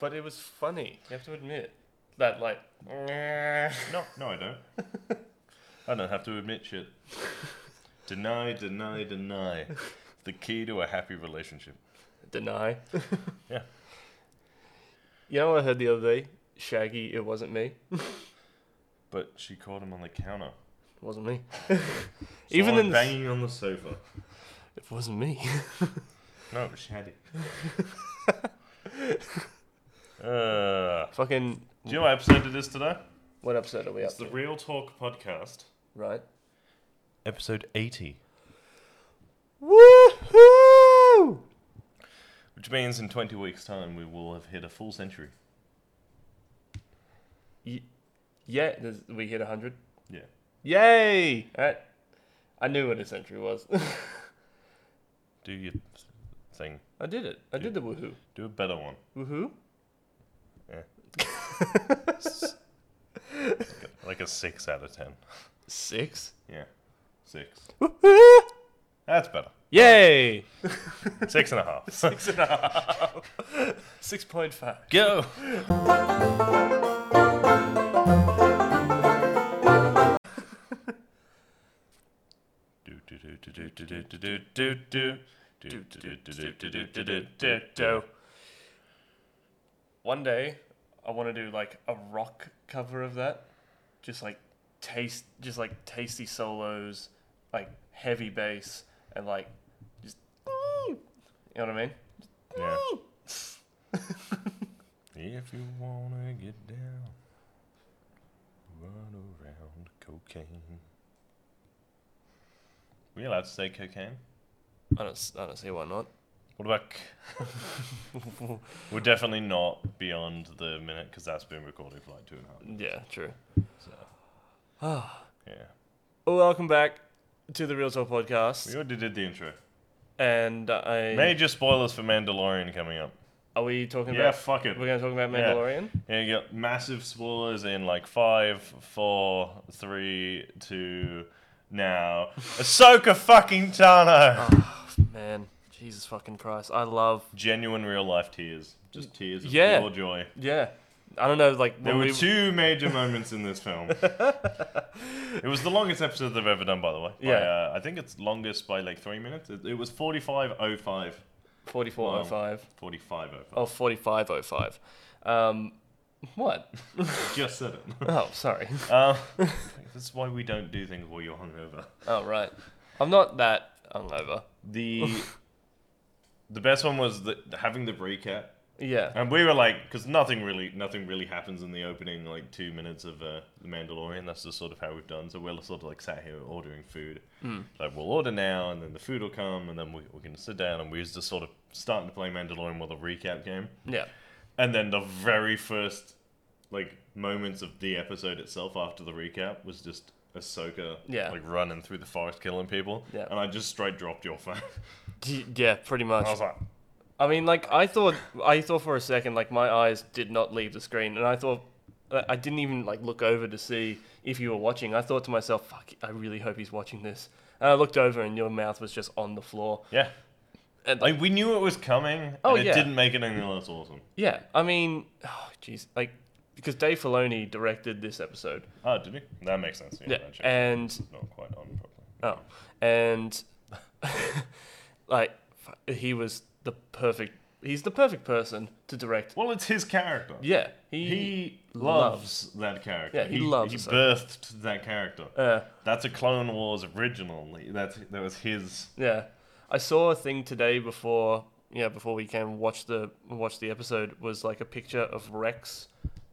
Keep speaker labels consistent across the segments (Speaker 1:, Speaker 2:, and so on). Speaker 1: But it was funny. You have to admit that, like,
Speaker 2: No, no, I don't. I don't have to admit shit. Deny, deny, deny. The key to a happy relationship.
Speaker 1: deny.
Speaker 2: Yeah.
Speaker 1: You know what I heard the other day? Shaggy, it wasn't me.
Speaker 2: But she caught him on the counter.
Speaker 1: It wasn't me.
Speaker 2: Even
Speaker 1: Even in the-
Speaker 2: banging on the sofa.
Speaker 1: It wasn't me.
Speaker 2: No, but she had it. uh,
Speaker 1: Fucking.
Speaker 2: do you know what episode it is today?
Speaker 1: What episode are we up
Speaker 2: It's the
Speaker 1: to?
Speaker 2: Real Talk podcast,
Speaker 1: Right.
Speaker 2: episode eighty,
Speaker 1: Woohoo!
Speaker 2: which means in twenty weeks' time we will have hit a full century.
Speaker 1: Yeah, there's- we hit 100.
Speaker 2: Yeah.
Speaker 1: Yay! Alright. I knew what a century was.
Speaker 2: Do your thing.
Speaker 1: I did it. I did the woohoo.
Speaker 2: Do a better one.
Speaker 1: Woohoo?
Speaker 2: Like a six out of ten.
Speaker 1: Six.
Speaker 2: Yeah, six.
Speaker 1: Woohoo!
Speaker 2: That's better.
Speaker 1: Yay!
Speaker 2: Six and a half.
Speaker 1: Six and a half. 6.5.
Speaker 2: Go.
Speaker 1: One day, I want to do like a rock cover of that, just like taste, just like tasty solos, like heavy bass, and like just, you know what I mean?
Speaker 2: Yeah. If you wanna get down, run around cocaine. We allowed to say cocaine?
Speaker 1: I don't, s- I don't see why not.
Speaker 2: What about? c- We're definitely not beyond the minute because that's been recorded for like two and a half.
Speaker 1: Yeah, true.
Speaker 2: So yeah,
Speaker 1: Welcome back to the Real Talk podcast,
Speaker 2: we already did the intro.
Speaker 1: and I
Speaker 2: Major spoilers for Mandalorian coming up.
Speaker 1: are we talking
Speaker 2: Yeah,
Speaker 1: about?
Speaker 2: fuck it.
Speaker 1: We're gonna talk about
Speaker 2: Yeah.
Speaker 1: Mandalorian.
Speaker 2: Yeah, you got massive spoilers in like five, four, three, two, now. Ahsoka fucking Tano.
Speaker 1: Man, Jesus fucking Christ, I love.
Speaker 2: Genuine real life tears. Just tears of
Speaker 1: Yeah.
Speaker 2: pure joy.
Speaker 1: Yeah, I don't know, like
Speaker 2: There
Speaker 1: when
Speaker 2: were
Speaker 1: we,
Speaker 2: two major moments in this film. it was the longest episode they've ever done, by the way. By,
Speaker 1: Yeah.
Speaker 2: uh, I think it's longest by like three minutes. It, it was 45.05.
Speaker 1: 4405.
Speaker 2: 45.05.
Speaker 1: Oh, 4505. Um, what?
Speaker 2: Just said it.
Speaker 1: Oh, sorry.
Speaker 2: um, that's why we don't do things while you're hungover.
Speaker 1: Oh, right. I'm not that hungover.
Speaker 2: The the best one was the, having the recap,
Speaker 1: Yeah.
Speaker 2: and we were like, because nothing really, nothing really happens in the opening like two minutes of uh, the Mandalorian. That's just sort of how we've done. So we're sort of like sat here ordering food.
Speaker 1: Hmm.
Speaker 2: Like we'll order now, and then the food will come, and then we, we're gonna sit down, and we're just sort of starting to play Mandalorian while the recap game,
Speaker 1: Yeah.
Speaker 2: and then the very first like moments of the episode itself after the recap was just. Ahsoka,
Speaker 1: Yeah.
Speaker 2: like running through the forest killing people,
Speaker 1: Yeah.
Speaker 2: and I just straight dropped your phone.
Speaker 1: D- yeah, pretty much.
Speaker 2: I was like,
Speaker 1: I mean, like, I thought, I thought for a second, like, my eyes did not leave the screen, and I thought, uh, I I didn't even, like, look over to see if you were watching. I thought to myself, fuck, I really hope he's watching this. And I looked over, and your mouth was just on the floor.
Speaker 2: Yeah.
Speaker 1: And,
Speaker 2: Like we knew it was coming.
Speaker 1: Oh,
Speaker 2: and it
Speaker 1: yeah.
Speaker 2: didn't make it any less awesome.
Speaker 1: Yeah, I mean, oh, jeez, like because Dave Filoni directed this episode.
Speaker 2: Oh, did we? That makes sense.
Speaker 1: Yeah,
Speaker 2: that checks out.
Speaker 1: and
Speaker 2: It's not quite on properly.
Speaker 1: oh, and like f- he was the perfect. He's the perfect person to direct.
Speaker 2: Well, it's his character.
Speaker 1: Yeah, he.
Speaker 2: He loves that character.
Speaker 1: Yeah, he loves
Speaker 2: He
Speaker 1: it.
Speaker 2: birthed that character.
Speaker 1: uh,
Speaker 2: That's a Clone Wars originally. That's that was his.
Speaker 1: yeah, I saw a thing today before. Yeah, before we came and watched the watch the episode was like a picture of Rex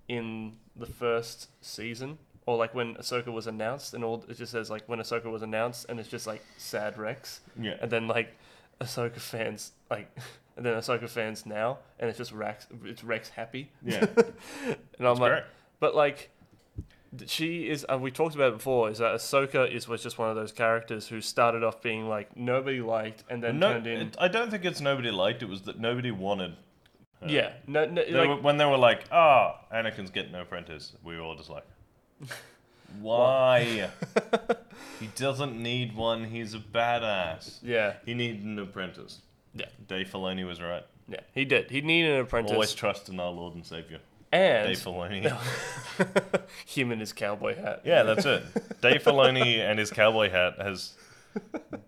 Speaker 1: in the first season, or like when Ahsoka was announced, and all it just says like when Ahsoka was announced, and it's just like sad Rex.
Speaker 2: Yeah.
Speaker 1: and then like Ahsoka fans like and then Ahsoka fans now and it's just Rex it's Rex happy
Speaker 2: Yeah.
Speaker 1: and I'm
Speaker 2: It's
Speaker 1: like
Speaker 2: great.
Speaker 1: but like th- she is and we talked about it before is that Ahsoka is was just one of those characters who started off being like nobody liked and then
Speaker 2: no,
Speaker 1: turned in
Speaker 2: it- I don't think it's nobody liked. It was that nobody wanted. her.
Speaker 1: yeah no, no
Speaker 2: They
Speaker 1: like,
Speaker 2: were, when they were like, "Ah, Anakin's getting no apprentice," we were all just like, "Why? he doesn't need one. He's a badass.
Speaker 1: yeah
Speaker 2: He needed an apprentice."
Speaker 1: Yeah.
Speaker 2: Dave Filoni was right.
Speaker 1: Yeah, he did. He needed an apprentice.
Speaker 2: Always trust in our Lord and Savior, Dave
Speaker 1: and
Speaker 2: Filoni.
Speaker 1: him in his cowboy hat.
Speaker 2: Yeah, that's it. Dave Filoni and his cowboy hat has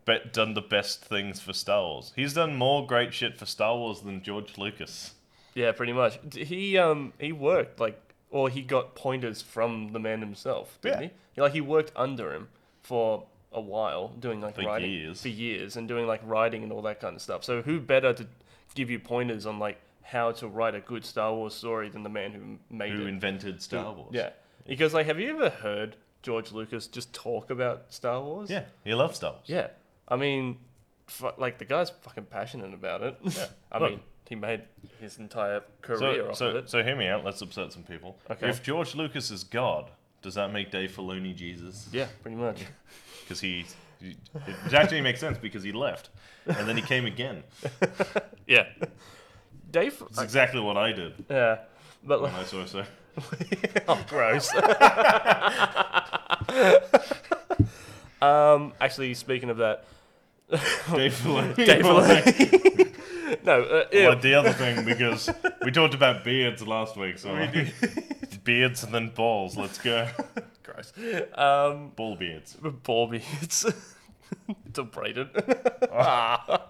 Speaker 2: be- done the best things for Star Wars. He's done more great shit for Star Wars than George Lucas.
Speaker 1: Yeah, pretty much. D- He um he worked like or he got pointers from the man himself, didn't
Speaker 2: Yeah.
Speaker 1: he? Like he worked under him for a while doing like
Speaker 2: For
Speaker 1: writing
Speaker 2: years.
Speaker 1: for years and doing like writing and all that kind of stuff. So who better to give you pointers on like how to write a good Star Wars story than the man who m- made
Speaker 2: Who
Speaker 1: it?
Speaker 2: invented Star Wars?
Speaker 1: Yeah. Because like have you ever heard George Lucas just talk about Star Wars?
Speaker 2: Yeah, he loves Star Wars.
Speaker 1: Yeah. I mean, fu- like the guy's fucking passionate about it. I
Speaker 2: Look.
Speaker 1: mean, he made his entire career
Speaker 2: So,
Speaker 1: off of
Speaker 2: so,
Speaker 1: it.
Speaker 2: so hear me out. Let's upset some people.
Speaker 1: Okay.
Speaker 2: If George Lucas is God, does that make Dave Filoni Jesus?
Speaker 1: Yeah, pretty much.
Speaker 2: Because he, he- it actually makes sense because he left, and then he came again.
Speaker 1: Yeah. Dave. uh,
Speaker 2: It's exactly what I did
Speaker 1: Yeah. But
Speaker 2: when
Speaker 1: like,
Speaker 2: I saw so.
Speaker 1: oh, gross. um, actually, speaking of that,
Speaker 2: Dave Filoni.
Speaker 1: Dave Filoni. no, uh, ew.
Speaker 2: Like the other thing, because we talked about beards last week, so beards and then balls. Let's go.
Speaker 1: gross. Um,
Speaker 2: Ball beards.
Speaker 1: ball beards. it's braided. ah,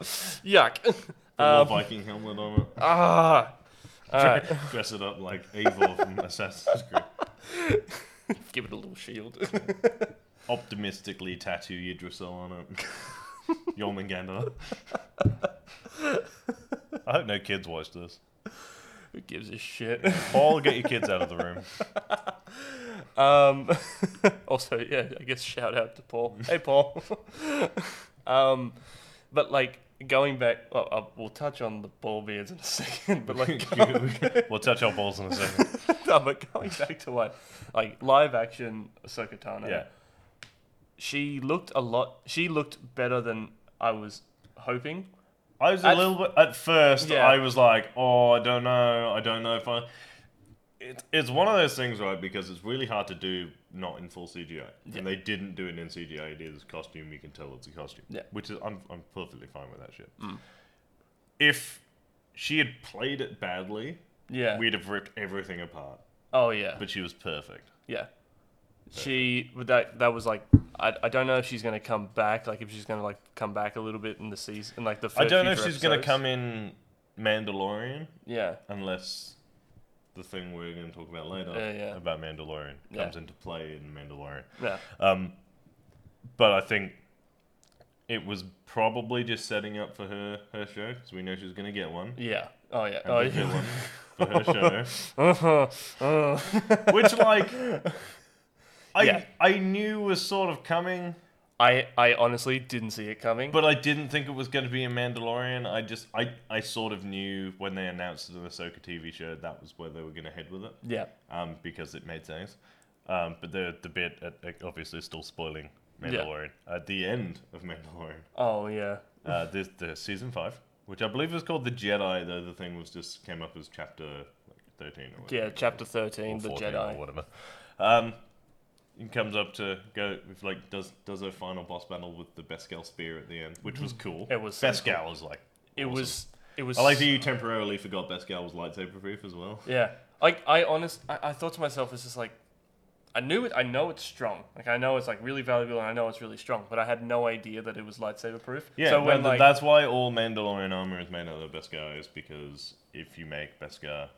Speaker 1: yuck.
Speaker 2: The little Viking helmet on it.
Speaker 1: Ah. Um, All right.
Speaker 2: Dress it up like Eivor from Assassin's Creed.
Speaker 1: Give it a little shield.
Speaker 2: Optimistically tattoo Yggdrasil on it. Jormungandr. I hope no kids watch this.
Speaker 1: Who gives a shit?
Speaker 2: Paul, get your kids out of the room.
Speaker 1: Um, also, yeah, I guess shout out to Paul.
Speaker 2: Mm.
Speaker 1: Hey, Paul. um, but like going back, well, uh, we'll touch on the ball beards in a second. But like, going,
Speaker 2: we'll touch our balls in a second.
Speaker 1: no, but going back to like, like live action Ahsoka Tano.
Speaker 2: Yeah.
Speaker 1: she looked a lot. She looked better than I was hoping.
Speaker 2: I was a
Speaker 1: At-
Speaker 2: little bit at first.
Speaker 1: Yeah.
Speaker 2: I was like, oh, I don't know, I don't know if I. It, it's one of those things, right? Because it's really hard to do not in full CGI,
Speaker 1: Yeah.
Speaker 2: and they didn't do it in CGI. It is costume; you can tell it's a costume.
Speaker 1: Yeah. Mm.
Speaker 2: which is I'm I'm perfectly fine with that shit. If she had played it badly,
Speaker 1: Yeah.
Speaker 2: we'd have ripped everything apart.
Speaker 1: Oh yeah.
Speaker 2: But she was perfect.
Speaker 1: Yeah. She but that that was like I, I don't know if she's gonna come back like if she's gonna like come back a little bit in the season in, like the
Speaker 2: I don't know if
Speaker 1: future
Speaker 2: she's gonna
Speaker 1: episodes.
Speaker 2: come in Mandalorian
Speaker 1: yeah
Speaker 2: unless the thing we're gonna talk about later
Speaker 1: Yeah, yeah.
Speaker 2: about Mandalorian
Speaker 1: Yeah.
Speaker 2: comes into play in Mandalorian.
Speaker 1: yeah
Speaker 2: Um, but I think it was probably just setting up for her her show because we know she's gonna get one.
Speaker 1: yeah oh yeah
Speaker 2: And
Speaker 1: oh
Speaker 2: we'll get
Speaker 1: yeah
Speaker 2: one for her show,
Speaker 1: Uh-huh.
Speaker 2: which like I
Speaker 1: Yeah.
Speaker 2: I knew was sort of coming,
Speaker 1: I I honestly didn't see it coming
Speaker 2: but I didn't think it was going to be a Mandalorian. I just I I sort of knew when they announced the Ahsoka TV show that was where they were going to head with it,
Speaker 1: yeah
Speaker 2: um, because it made sense. Um, but the the bit at, at- obviously still spoiling
Speaker 1: Yeah.
Speaker 2: Mandalorian at the end of Mandalorian.
Speaker 1: oh yeah
Speaker 2: uh, the, the season five, which I believe was called the Jedi, though the thing was just came up as chapter like thirteen or whatever,
Speaker 1: yeah chapter
Speaker 2: or
Speaker 1: thirteen the
Speaker 2: 14 or
Speaker 1: Jedi
Speaker 2: whatever. Um, it comes up to go with like does does her final boss battle with the Beskal spear at the end, which was cool.
Speaker 1: Mm. It was so
Speaker 2: Beskal was like
Speaker 1: it
Speaker 2: awesome.
Speaker 1: was it was
Speaker 2: I like that you temporarily forgot Beskal was lightsaber proof as well.
Speaker 1: Yeah. Like I honest I, I thought to myself, it's just like I knew it I know it's strong. Like I know it's like really valuable and I know it's really strong, but I had no idea that it was lightsaber proof.
Speaker 2: Yeah,
Speaker 1: So when
Speaker 2: no,
Speaker 1: like
Speaker 2: that's why all Mandalorian armor is made out of Beskar is because if you make Beskar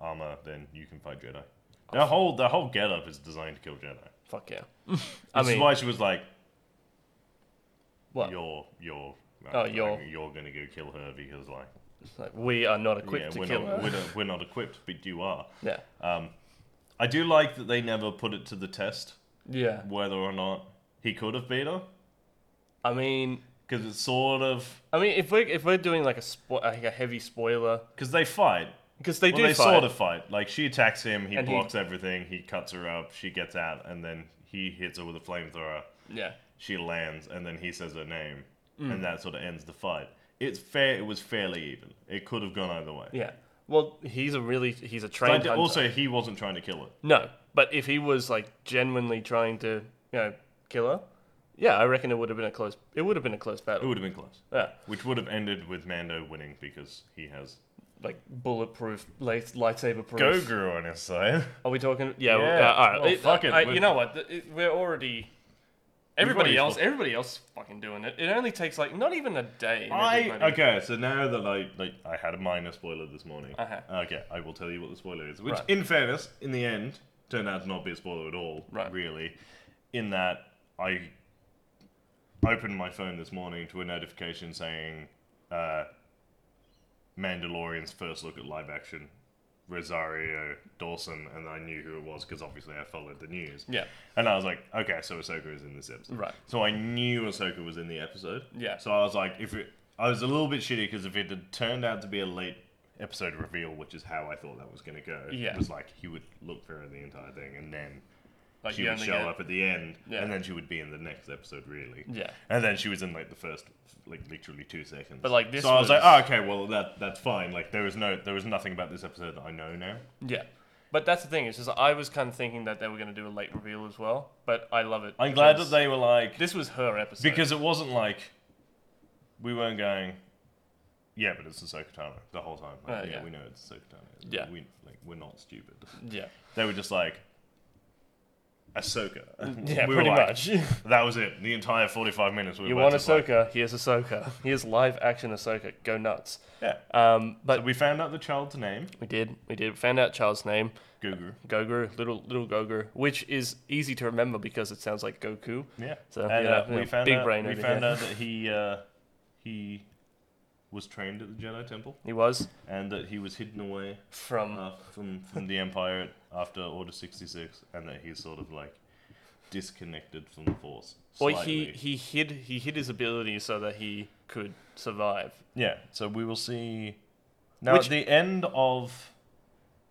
Speaker 2: armor, then you can fight Jedi. The whole the whole getup is designed to kill Jedi.
Speaker 1: fuck yeah. I
Speaker 2: This
Speaker 1: mean
Speaker 2: is why she was like,
Speaker 1: what?
Speaker 2: "You're, you're, uh,
Speaker 1: Oh, you're.
Speaker 2: you're gonna go kill her because like,
Speaker 1: Like we are not equipped
Speaker 2: yeah,
Speaker 1: to
Speaker 2: we're
Speaker 1: kill
Speaker 2: not,
Speaker 1: her.
Speaker 2: we're not, we're not equipped, but you are."
Speaker 1: Yeah.
Speaker 2: Um, I do like that they never put it to the test
Speaker 1: Yeah.
Speaker 2: whether or not he could have beat her
Speaker 1: I mean
Speaker 2: because it's sort of
Speaker 1: I mean if we're if we're doing like a spo- like a heavy spoiler
Speaker 2: because they fight.
Speaker 1: because they
Speaker 2: Well,
Speaker 1: do
Speaker 2: they
Speaker 1: fight.
Speaker 2: sort of fight. Like she attacks him, he
Speaker 1: And he-
Speaker 2: blocks everything, he cuts her up, she gets out, and then he hits her with a flamethrower.
Speaker 1: Yeah.
Speaker 2: She lands, and then he says her name,
Speaker 1: Mm.
Speaker 2: and that sort of ends the fight. It's fair. It was fairly even. It could have gone either way.
Speaker 1: Yeah. Well, he's a really he's a
Speaker 2: But I
Speaker 1: trained
Speaker 2: d-
Speaker 1: hunter.
Speaker 2: also, he wasn't trying to kill her.
Speaker 1: No, but if he was like genuinely trying to, you know, kill her, Yeah, I reckon it would have been a close. It would have been a close
Speaker 2: It
Speaker 1: battle.
Speaker 2: would have been close,
Speaker 1: Yeah,
Speaker 2: which would have ended with Mando winning because he has
Speaker 1: like bulletproof, light, lightsaber proof.
Speaker 2: Gogru on his side.
Speaker 1: Are we talking? Yeah. well,
Speaker 2: Yeah.
Speaker 1: uh, all right.
Speaker 2: Well, fuck it,
Speaker 1: I-
Speaker 2: we're-
Speaker 1: you know what? th- it- we're already. Everybody
Speaker 2: already
Speaker 1: else,
Speaker 2: fucked.
Speaker 1: everybody else, is fucking doing it. It only takes like not even a day.
Speaker 2: I okay. So now that I like, I had a minor spoiler this morning.
Speaker 1: Uh-huh.
Speaker 2: Okay, I will tell you what the spoiler is. Which,
Speaker 1: Right.
Speaker 2: in fairness, in the end, turned out to not be a spoiler at all.
Speaker 1: Right.
Speaker 2: Really, in that I opened my phone this morning to a notification saying, uh, "Mandalorian's first look at live action." Rosario Dawson, and I knew who it was because obviously I followed the news.
Speaker 1: Yeah.
Speaker 2: And I was like, okay, so Ahsoka is in this episode.
Speaker 1: Right.
Speaker 2: So I knew Ahsoka was in the episode.
Speaker 1: Yeah.
Speaker 2: So I was like, if it, I was a little bit shitty because if it had turned out to be a late episode reveal, which is how I thought that was going to go,
Speaker 1: Yeah.
Speaker 2: it was like he would look for her the entire thing, and then
Speaker 1: Like
Speaker 2: she
Speaker 1: you
Speaker 2: would
Speaker 1: only
Speaker 2: show
Speaker 1: get-
Speaker 2: up at the end,
Speaker 1: Yeah.
Speaker 2: and then she would be in the next episode, really.
Speaker 1: Yeah.
Speaker 2: And then she was in like the first, like literally two seconds.
Speaker 1: But, like, this
Speaker 2: so I was
Speaker 1: was-
Speaker 2: like, oh, okay, well that that's fine. Like there was no, there was nothing about this episode that I know now.
Speaker 1: Yeah. But that's the thing. It's just I was kind of thinking that they were going to do a late reveal as well. But I love it.
Speaker 2: I'm glad
Speaker 1: because
Speaker 2: that they were like,
Speaker 1: This was her episode.
Speaker 2: Because it wasn't like we weren't going. Yeah, but it's Ahsoka Tano the whole time. Like,
Speaker 1: Oh,
Speaker 2: yeah,
Speaker 1: yeah.
Speaker 2: we know it's Ahsoka Tano.
Speaker 1: Yeah.
Speaker 2: we like we're not stupid.
Speaker 1: yeah,
Speaker 2: They were just like Ahsoka.
Speaker 1: yeah,
Speaker 2: We were
Speaker 1: pretty
Speaker 2: like,
Speaker 1: much.
Speaker 2: That was it. The entire forty-five minutes. We were
Speaker 1: you
Speaker 2: both
Speaker 1: want
Speaker 2: just like,
Speaker 1: Ahsoka? here's Ahsoka. Here's live action Ahsoka. Go nuts.
Speaker 2: yeah.
Speaker 1: Um, but
Speaker 2: So we found out the child's name,
Speaker 1: we did. We did. Found out Child's name.
Speaker 2: Gugu.
Speaker 1: Goguru, little little Goguru, which is easy to remember because it sounds like Goku.
Speaker 2: Yeah.
Speaker 1: So,
Speaker 2: and,
Speaker 1: yeah,
Speaker 2: uh, we
Speaker 1: yeah,
Speaker 2: found
Speaker 1: big
Speaker 2: out,
Speaker 1: brain
Speaker 2: We
Speaker 1: over
Speaker 2: found
Speaker 1: here.
Speaker 2: out that he uh, he was trained at the Jedi Temple
Speaker 1: He was
Speaker 2: and that he was hidden away
Speaker 1: from
Speaker 2: uh, from from the Empire after Order sixty six, and that he's sort of like disconnected from the Force.
Speaker 1: or
Speaker 2: Slightly.
Speaker 1: he he hid he hid his ability so that he could survive.
Speaker 2: yeah. So we will see. Now
Speaker 1: Which-
Speaker 2: at the end of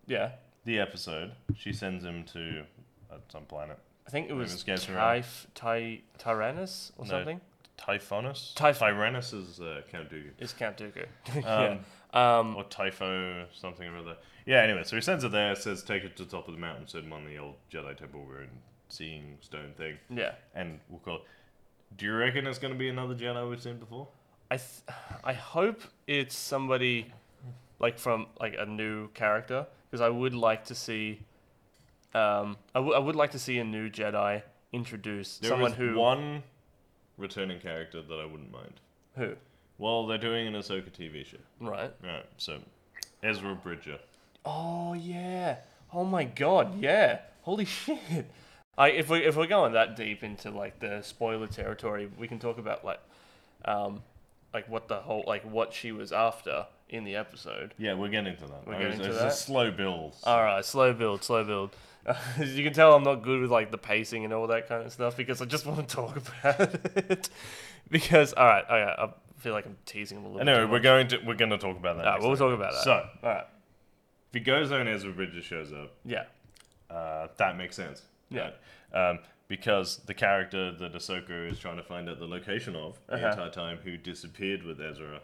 Speaker 1: Yeah,
Speaker 2: the episode, she sends him to uh, some planet,
Speaker 1: I think it
Speaker 2: Maybe
Speaker 1: was
Speaker 2: it's Gatorade.
Speaker 1: Typh Ty Tyrannus or
Speaker 2: No.
Speaker 1: something.
Speaker 2: Typhonus.
Speaker 1: Typh-
Speaker 2: Tyrannus is uh, Count Dooku.
Speaker 1: It's Count Dooku.
Speaker 2: Um,
Speaker 1: yeah. Um,
Speaker 2: Or Typho, something or other. Yeah, anyway, so he sends it there, says take it to the top of the mountain, so I'm on the old Jedi temple we're in, seeing stone thing,
Speaker 1: yeah.
Speaker 2: and we'll call it. Do you reckon it's going to be another Jedi we've seen before?
Speaker 1: I th- I hope it's somebody like from like a new character because I would like to see um I, w- I would like to see a new Jedi introduced
Speaker 2: There
Speaker 1: someone
Speaker 2: is
Speaker 1: who
Speaker 2: one returning character that I wouldn't mind.
Speaker 1: who
Speaker 2: Well, they're doing an Ahsoka TV show,
Speaker 1: right
Speaker 2: right? So Ezra Bridger.
Speaker 1: oh yeah oh my god yeah holy shit I if we if we're going that deep into like the spoiler territory we can talk about like um like what the whole like what she was after in the episode
Speaker 2: Yeah, we're getting to that. Uh,
Speaker 1: We're
Speaker 2: I
Speaker 1: getting
Speaker 2: was-
Speaker 1: to
Speaker 2: it's
Speaker 1: that?
Speaker 2: a slow build.
Speaker 1: All right, slow build, slow build. As you can tell, I'm not good with like the pacing and all that kind of stuff because I just want to talk about it. because all right, all right, I feel like I'm teasing him a little.
Speaker 2: anyway,
Speaker 1: too
Speaker 2: we're
Speaker 1: much.
Speaker 2: going to we're going to Ah, talk about that.
Speaker 1: All right,
Speaker 2: next
Speaker 1: we'll talk
Speaker 2: time.
Speaker 1: about that.
Speaker 2: So
Speaker 1: all right,
Speaker 2: if Vigozo and Ezra Bridger shows up.
Speaker 1: yeah,
Speaker 2: Uh, that makes sense.
Speaker 1: Yeah.
Speaker 2: right? Um, because the character that Ahsoka is trying to find out the location of
Speaker 1: Uh-huh.
Speaker 2: the entire time, who disappeared with Ezra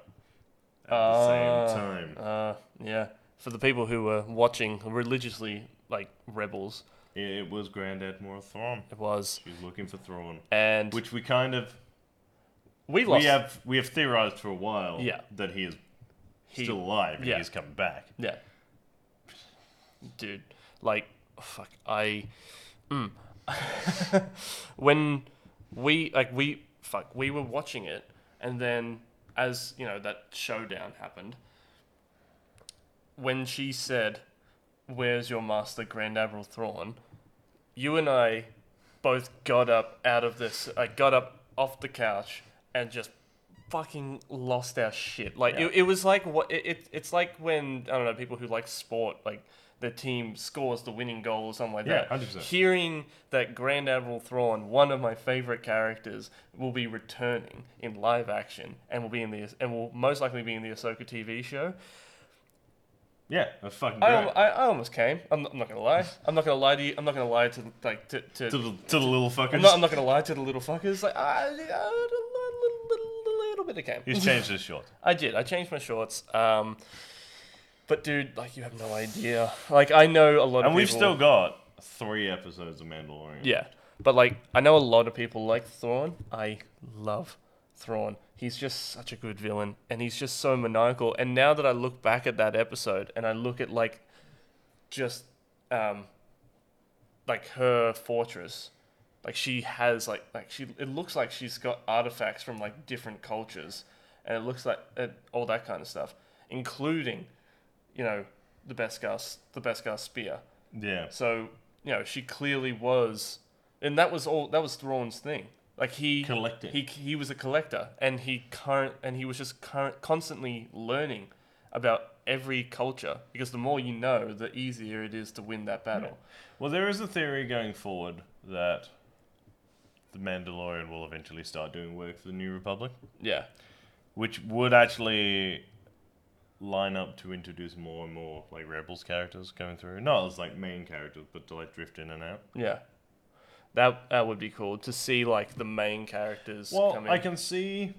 Speaker 2: at the
Speaker 1: Ah.
Speaker 2: same time,
Speaker 1: uh, yeah. For the people who were watching religiously, like rebels,
Speaker 2: it was Grand Admiral Thrawn.
Speaker 1: it was,
Speaker 2: She's looking for Thrawn,
Speaker 1: and
Speaker 2: which we kind of
Speaker 1: we lost.
Speaker 2: We have we have theorized for a while
Speaker 1: Yeah.
Speaker 2: that he is
Speaker 1: He-
Speaker 2: still alive and
Speaker 1: yeah.
Speaker 2: he's coming back.
Speaker 1: Yeah. Dude, like, fuck, I. Mm. when we, like, we, fuck, we were watching it, and then as, you know, that showdown happened, when she said, Where's your master, Grand Admiral Thrawn? You and I both got up out of this, I got up off the couch and just fucking lost our shit. Like
Speaker 2: Yeah.
Speaker 1: it, it was like what it, it it's like when I don't know people who like sport like the team scores the winning goal or something like
Speaker 2: Yeah,
Speaker 1: that.
Speaker 2: 100%.
Speaker 1: Hearing that Grand Admiral Thrawn, one of my favorite characters, will be returning in live action and will be in the and will most likely be in the Ahsoka TV show.
Speaker 2: Yeah, that's fucking
Speaker 1: I,
Speaker 2: great.
Speaker 1: al- I, I almost came. I'm not, I'm not gonna lie. I'm not gonna lie to you. I'm not gonna lie to like to, to,
Speaker 2: to, the, to the little fuckers.
Speaker 1: I'm not, I'm not gonna lie to the little fuckers. Like I, I, a little, little, little bit of came.
Speaker 2: He's changed his shot.
Speaker 1: I did. I changed my shorts. Um, but dude, like you have no idea. Like I know a lot of
Speaker 2: And we've
Speaker 1: people-
Speaker 2: still got three episodes of Mandalorian.
Speaker 1: yeah. But like, I know a lot of people like Thrawn. I love Thrawn. He's just such a good villain, and he's just so maniacal. And now that I look back at that episode, and I look at like, just, um, like her fortress, like she has like like she. It looks like she's got artifacts from like different cultures, and it looks like at all that kind of stuff, including, you know, the Beskar the Beskar spear.
Speaker 2: Yeah.
Speaker 1: So you know, she clearly was, and that was all. That was Thrawn's thing. Like he
Speaker 2: Collecting.
Speaker 1: He he was a collector, and he current and he was just current, constantly learning about every culture because the more you know, the easier it is to win that battle.
Speaker 2: Well, there is a theory going forward that the Mandalorian will eventually start doing work for the New Republic,
Speaker 1: Yeah.
Speaker 2: which would actually line up to introduce more and more like Rebels characters going through. Not as like main characters, but to like drift in and out.
Speaker 1: yeah, That that would be cool to see like the main characters.
Speaker 2: Well,
Speaker 1: come in.
Speaker 2: I can see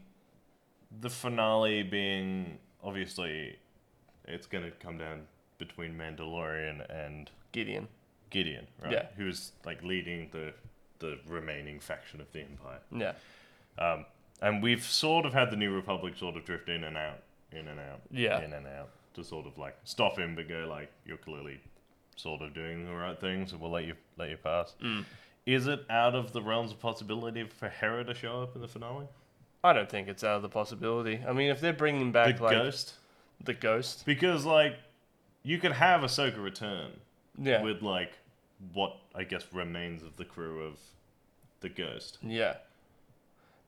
Speaker 2: the finale being obviously it's going to come down between Mandalorian and
Speaker 1: Gideon.
Speaker 2: Gideon, right?
Speaker 1: Yeah.
Speaker 2: Who's like leading the the remaining faction of the Empire.
Speaker 1: Yeah.
Speaker 2: Um, and we've sort of had the New Republic sort of drift in and out, in and out,
Speaker 1: Yeah.
Speaker 2: in and out, to sort of like stop him, but go like, you're clearly sort of doing the right thing, so we'll let you let you pass.
Speaker 1: Mm.
Speaker 2: Is it out of the realms of possibility for Hera to show up in the finale?
Speaker 1: I don't think it's out of the possibility. I mean, if they're bringing back
Speaker 2: the
Speaker 1: like
Speaker 2: ghost,
Speaker 1: the ghost,
Speaker 2: because like you could have Ahsoka return
Speaker 1: yeah,
Speaker 2: with like what I guess remains of the crew of the ghost
Speaker 1: yeah,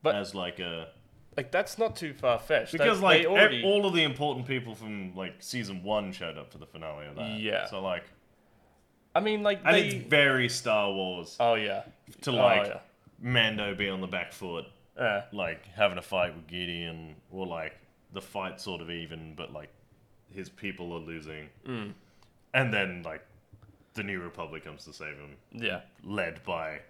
Speaker 1: But-
Speaker 2: as like a
Speaker 1: like that's not too far fetched.
Speaker 2: Because like ev- all of the important people from like season one showed up for the finale of that.
Speaker 1: Yeah.
Speaker 2: So like,
Speaker 1: I mean, like
Speaker 2: and
Speaker 1: they.
Speaker 2: it's very Star Wars
Speaker 1: Oh yeah.
Speaker 2: to
Speaker 1: Oh,
Speaker 2: like Mando be on the back foot,
Speaker 1: yeah. Uh,
Speaker 2: like having a fight with Gideon, or like the fight sort of even, but like his people are losing,
Speaker 1: Mm.
Speaker 2: and then like the New Republic comes to save him,
Speaker 1: yeah.
Speaker 2: led by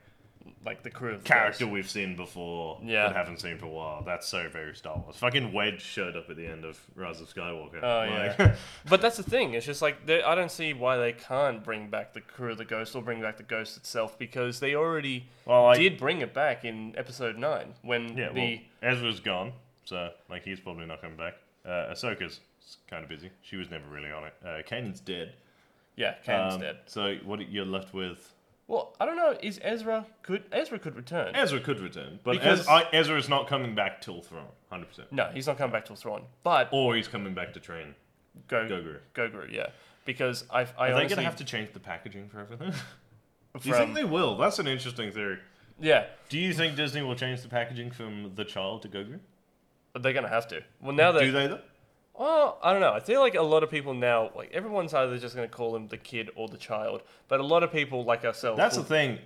Speaker 1: Like the crew of the
Speaker 2: character
Speaker 1: Ghost.
Speaker 2: we've seen before
Speaker 1: Yeah.
Speaker 2: but haven't seen for a while. That's so very Star Wars. Fucking Wedge showed up at the end of Rise of Skywalker.
Speaker 1: Oh,
Speaker 2: Like-
Speaker 1: yeah. But that's the thing. It's just like they- I don't see why they can't bring back the crew of the ghost or bring back the ghost itself because they already
Speaker 2: Well, like-
Speaker 1: did bring it back in episode nine when
Speaker 2: Yeah,
Speaker 1: the
Speaker 2: well, Ezra's gone, so like he's probably not coming back. Uh, Ahsoka's kind of busy. She was never really on it. Uh, Kanan's dead.
Speaker 1: yeah Kan's
Speaker 2: Um,
Speaker 1: dead.
Speaker 2: So what you're left with?
Speaker 1: Well, I don't know. Is Ezra could Ezra could return?
Speaker 2: Ezra could return, but
Speaker 1: Because-
Speaker 2: Ez- I, Ezra is not coming back till Thrawn, hundred percent.
Speaker 1: no, he's not coming back till Thrawn. But
Speaker 2: Or he's coming back to train
Speaker 1: go go
Speaker 2: Gogu.
Speaker 1: Guru, yeah. Because I I
Speaker 2: Are they
Speaker 1: honestly
Speaker 2: gonna have to change the packaging for everything? Do you
Speaker 1: from,
Speaker 2: think they will? That's an interesting theory.
Speaker 1: yeah
Speaker 2: Do you think Disney will change the packaging from the child to Gogu?
Speaker 1: they're gonna have to. Well, now that
Speaker 2: Do they though?
Speaker 1: Well, I don't know. I feel like a lot of people now, like everyone's either just going to call him the kid or the child, but a lot of people like ourselves.
Speaker 2: That's
Speaker 1: will-
Speaker 2: the thing,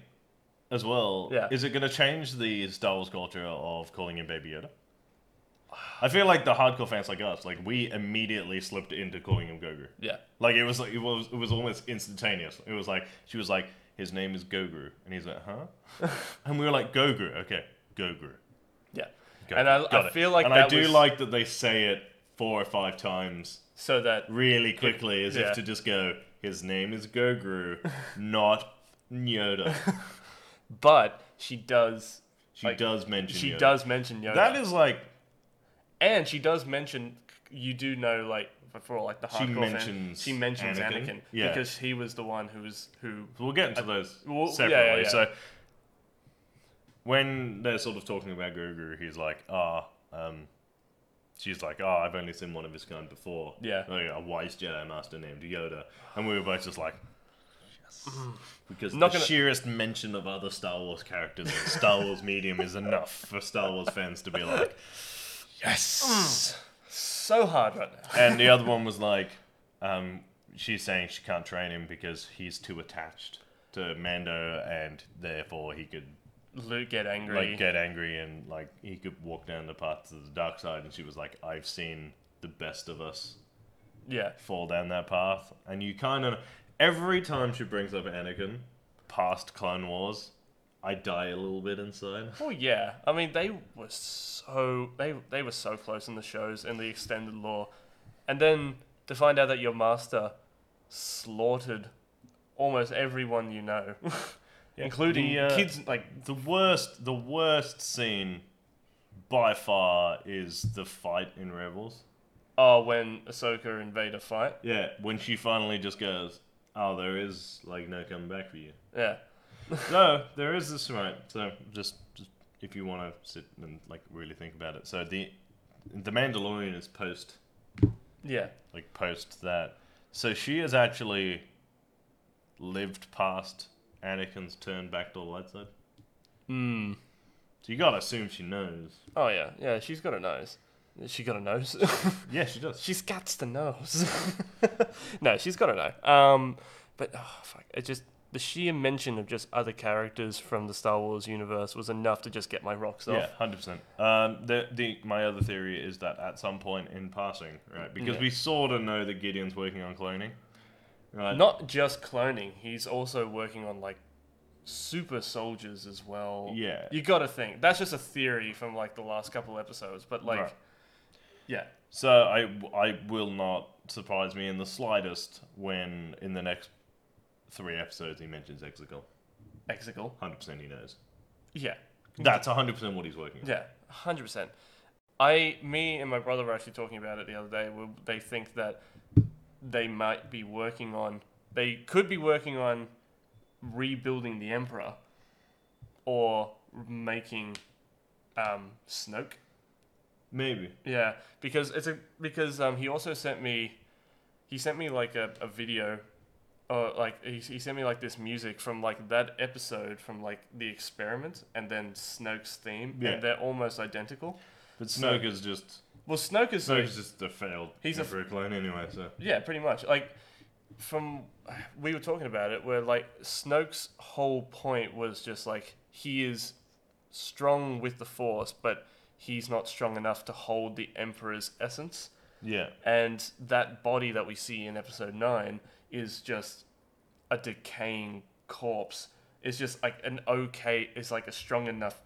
Speaker 2: as well.
Speaker 1: Yeah.
Speaker 2: Is it going to change the Star Wars culture of calling him Baby Yoda? I feel like the hardcore fans like us, like we immediately slipped into calling him Gogu.
Speaker 1: yeah,
Speaker 2: Like it was like it was it was almost instantaneous. It was like she was like his name is Gogu, and he's like huh, and we were like Gogu, okay, Gogu.
Speaker 1: yeah.
Speaker 2: Got
Speaker 1: and
Speaker 2: it,
Speaker 1: I,
Speaker 2: got
Speaker 1: I
Speaker 2: it.
Speaker 1: feel like
Speaker 2: and
Speaker 1: that
Speaker 2: I do
Speaker 1: was
Speaker 2: like that they say it four or five times
Speaker 1: so that
Speaker 2: really quickly, as
Speaker 1: Yeah.
Speaker 2: if to just go. His name is Gogu, not Yoda.
Speaker 1: but she does
Speaker 2: She
Speaker 1: Like,
Speaker 2: does mention.
Speaker 1: she
Speaker 2: Yoda.
Speaker 1: does mention Yoda.
Speaker 2: That is like
Speaker 1: and she does mention you do know like for all, like the
Speaker 2: She
Speaker 1: hardcore
Speaker 2: mentions
Speaker 1: fan, she mentions
Speaker 2: Anakin.
Speaker 1: Anakin,
Speaker 2: Yeah.
Speaker 1: because he was the one who was who
Speaker 2: we'll get into those
Speaker 1: Uh, well, yeah,
Speaker 2: separately.
Speaker 1: yeah.
Speaker 2: So when they're sort of talking about Grogu, he's like, "Ah, um, she's like, oh, I've only seen one of his kind before.
Speaker 1: Yeah.
Speaker 2: like, a wise Jedi master named Yoda." And we were both just like. "Yes." Because
Speaker 1: Mm. Not
Speaker 2: the
Speaker 1: gonna-
Speaker 2: sheerest mention of other Star Wars characters in Star Wars medium is enough for Star Wars fans to be like, "Mm." yes.
Speaker 1: so hard right now.
Speaker 2: and the other one was like, um, she's saying she can't train him because he's too attached to Mando, and therefore he could
Speaker 1: Luke get angry.
Speaker 2: like get angry and like he could walk down the path to the dark side. And she was like, I've seen the best of us
Speaker 1: yeah,
Speaker 2: fall down that path, and you kind of every time she brings up Anakin, past Clone Wars, I die a little bit inside.
Speaker 1: Well, yeah. I mean, they were so they they were so close in the shows and the extended lore, and then to find out that your master slaughtered almost everyone you know.
Speaker 2: including
Speaker 1: The, uh,
Speaker 2: kids. Like the worst, the worst scene by far is the fight in Rebels.
Speaker 1: Oh, when Ahsoka and Vader fight.
Speaker 2: Yeah, when she finally just goes, "Oh, there is like no coming back for you."
Speaker 1: Yeah.
Speaker 2: no, there is this right. So just, just if you want to sit and like really think about it. So the the Mandalorian is post
Speaker 1: Yeah.
Speaker 2: like post that. So she has actually lived past Anakin's turn back to the light side.
Speaker 1: Mm.
Speaker 2: So you gotta assume she knows.
Speaker 1: Oh yeah, yeah. She's got a nose. She got a nose.
Speaker 2: Yeah, she does.
Speaker 1: she's got the nose. no, she's got a know. Um, but oh fuck, it just the sheer mention of just other characters from the Star Wars universe was enough to just get my rocks off.
Speaker 2: Yeah, hundred percent. Um, the the my other theory is that at some point in passing, right, because
Speaker 1: Yeah.
Speaker 2: we sort of know that Gideon's working on cloning, right?
Speaker 1: Not just cloning, he's also working on like super soldiers as well.
Speaker 2: Yeah.
Speaker 1: You gotta think. That's just a theory from like the last couple episodes, but like
Speaker 2: Right.
Speaker 1: Yeah.
Speaker 2: So I, I will not surprise me in the slightest when in the next three episodes he mentions Exegol.
Speaker 1: Exegol.
Speaker 2: Hundred percent, he knows.
Speaker 1: Yeah.
Speaker 2: That's hundred percent what he's working on.
Speaker 1: Yeah, hundred percent. I, me, and my brother were actually talking about it the other day. Where they think that they might be working on, they could be working on rebuilding the Emperor, or making um, Snoke.
Speaker 2: Maybe.
Speaker 1: Yeah, because it's a because um, he also sent me, he sent me like a, a video, uh, like he, he sent me like this music from like that episode from like the experiment and then Snoke's theme,
Speaker 2: Yeah.
Speaker 1: and they're almost identical.
Speaker 2: But
Speaker 1: So-
Speaker 2: Snoke is just
Speaker 1: Well, Snoke is
Speaker 2: Snoke is just a failed
Speaker 1: He's a-
Speaker 2: Emperor clone anyway. So
Speaker 1: yeah, pretty much. Like from we were talking about it, where like Snoke's whole point was just like he is strong with the Force, but he's not strong enough to hold the Emperor's essence,
Speaker 2: yeah,
Speaker 1: and that body that we see in Episode Nine is just a decaying corpse. It's just like an okay, it's like a strong enough